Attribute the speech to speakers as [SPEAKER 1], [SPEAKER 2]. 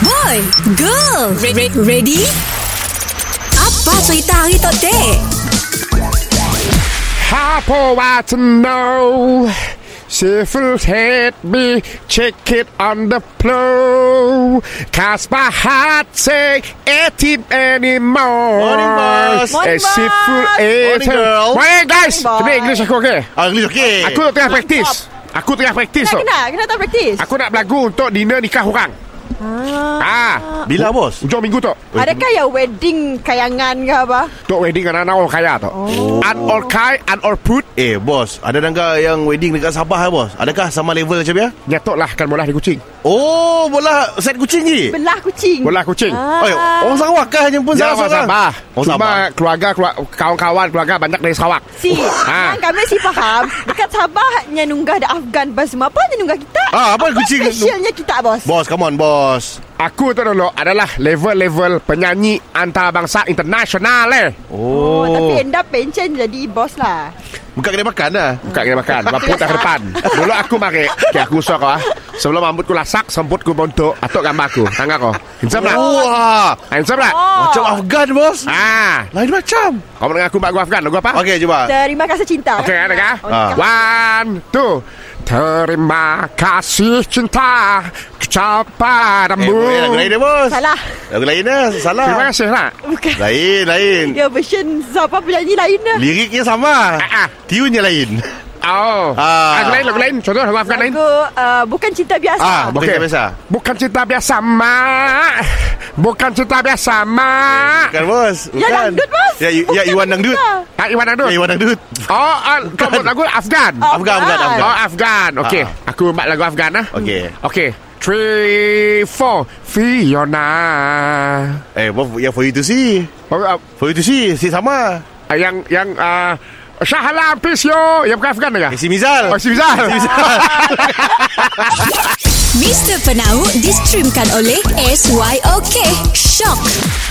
[SPEAKER 1] Boy, girl, re- re- ready? Apa cerita hari tu, dek?
[SPEAKER 2] Harpo want to know Syphil's head me check it on the floor Cause my heart say ain't it anymore
[SPEAKER 3] Morning, boss.
[SPEAKER 2] Eh,
[SPEAKER 4] Morning,
[SPEAKER 2] Syphil
[SPEAKER 4] boss.
[SPEAKER 2] ain't
[SPEAKER 3] Morning, girl.
[SPEAKER 2] Morning guys
[SPEAKER 4] Morning, boss.
[SPEAKER 2] Kena English aku okay
[SPEAKER 3] Ah, English okey.
[SPEAKER 2] Aku tengah praktis Aku tengah praktis
[SPEAKER 4] Tak
[SPEAKER 2] tu
[SPEAKER 4] kenal Kenal tak praktis
[SPEAKER 2] Aku nak berlagu untuk dinner nikah orang Ah,
[SPEAKER 3] Bila bos?
[SPEAKER 2] Hujung minggu tu
[SPEAKER 4] Adakah yang wedding Kayangan ke apa
[SPEAKER 2] Untuk wedding anak-anak orang kaya tu oh. An all kai An all put
[SPEAKER 3] Eh bos, ada nangka yang wedding dekat Sabah eh bos? Adakah sama level macam ya?
[SPEAKER 2] Nyatok lah kan bola di kucing
[SPEAKER 3] Oh, bola set kucing ni.
[SPEAKER 4] Belah kucing
[SPEAKER 2] Bola kucing
[SPEAKER 4] Ah.
[SPEAKER 3] Oi, orang Sarawak kah yang pun
[SPEAKER 2] Ya, orang
[SPEAKER 3] salah seorang?
[SPEAKER 2] Sabah.
[SPEAKER 3] Orang
[SPEAKER 2] Cuma
[SPEAKER 3] Sabah.
[SPEAKER 2] keluarga, keluar- kawan-kawan keluarga banyak dari Sarawak.
[SPEAKER 4] Si
[SPEAKER 2] Ah.
[SPEAKER 4] ha. Yang kami si faham Dekat Sabah Yang nunggah ada Afgan Apa semua Apa yang nunggah kita
[SPEAKER 3] Ah, apa kucing-
[SPEAKER 4] specialnya kita bos
[SPEAKER 3] Bos, come on bos.
[SPEAKER 2] Aku tu dulu adalah level-level penyanyi antarabangsa internasional eh.
[SPEAKER 4] Oh, tapi end up pension jadi bos lah.
[SPEAKER 3] Bukan kena makan lah.
[SPEAKER 2] Bukan kena makan, mabut tak ke depan. Dulu aku mari. Okay, aku usah kau ah. Sebelum rambut ku lasak, semput ku bontok, atuk gambar aku. Tangga kau. Handsome tak?
[SPEAKER 3] Wah,
[SPEAKER 2] Handsome tak?
[SPEAKER 4] Oh.
[SPEAKER 3] macam Afgan bos.
[SPEAKER 2] Ah,
[SPEAKER 3] Lain macam.
[SPEAKER 2] kau mendengar aku Mbak Afgan, lagu apa?
[SPEAKER 3] Ha? Okey, cuba.
[SPEAKER 4] Terima kasih cinta.
[SPEAKER 2] Okey, ada kah?
[SPEAKER 4] Oh, nikah.
[SPEAKER 2] One, two. Terima kasih cinta
[SPEAKER 3] Eh,
[SPEAKER 2] kepadamu.
[SPEAKER 3] boleh lagu lain dia bos.
[SPEAKER 4] Salah.
[SPEAKER 3] Lagu lain dah, salah.
[SPEAKER 2] Terima kasih lah.
[SPEAKER 4] Bukan.
[SPEAKER 3] Lain, lain.
[SPEAKER 4] Dia version siapa penyanyi lain lah. dah.
[SPEAKER 3] Liriknya sama.
[SPEAKER 2] Ah, ah.
[SPEAKER 3] Tiunnya lain.
[SPEAKER 2] Oh.
[SPEAKER 3] Ah.
[SPEAKER 2] Lagu lain, lagu lain. Contoh lagu Afgan lain.
[SPEAKER 4] Lagu uh, bukan cinta biasa.
[SPEAKER 3] Ah, bukan
[SPEAKER 2] Okey.
[SPEAKER 3] cinta biasa.
[SPEAKER 2] Bukan cinta biasa, Mak. Bukan cinta biasa, Mak.
[SPEAKER 3] Bukan bos.
[SPEAKER 4] Ya,
[SPEAKER 3] Bukan.
[SPEAKER 4] dangdut, bos.
[SPEAKER 3] Ya, you- ya
[SPEAKER 4] Bukan
[SPEAKER 3] Iwan dangdut.
[SPEAKER 4] kita.
[SPEAKER 2] Tak, Ah, Iwan Adun.
[SPEAKER 3] Ya, Iwan dangdut.
[SPEAKER 2] Oh, oh kamu lagu Afgan.
[SPEAKER 4] Oh.
[SPEAKER 3] Afgan, Afgan,
[SPEAKER 4] Afgan.
[SPEAKER 3] Afgan.
[SPEAKER 2] Oh, Afgan. Okey.
[SPEAKER 3] Ah.
[SPEAKER 2] Aku buat lagu Afgan lah.
[SPEAKER 3] Okey.
[SPEAKER 2] Okey. Three, four. Fiona.
[SPEAKER 3] Eh, bos, yang for you to see.
[SPEAKER 2] Oh, uh,
[SPEAKER 3] For you to see, si sama.
[SPEAKER 2] yang, yang, uh, Syahala Pisio. Yang Ya, bukan Afgan
[SPEAKER 3] Eh,
[SPEAKER 2] ke?
[SPEAKER 3] si Mizal.
[SPEAKER 2] Oh, si Bizarre.
[SPEAKER 1] Mr. Penau distreamkan oleh SYOK. Shock.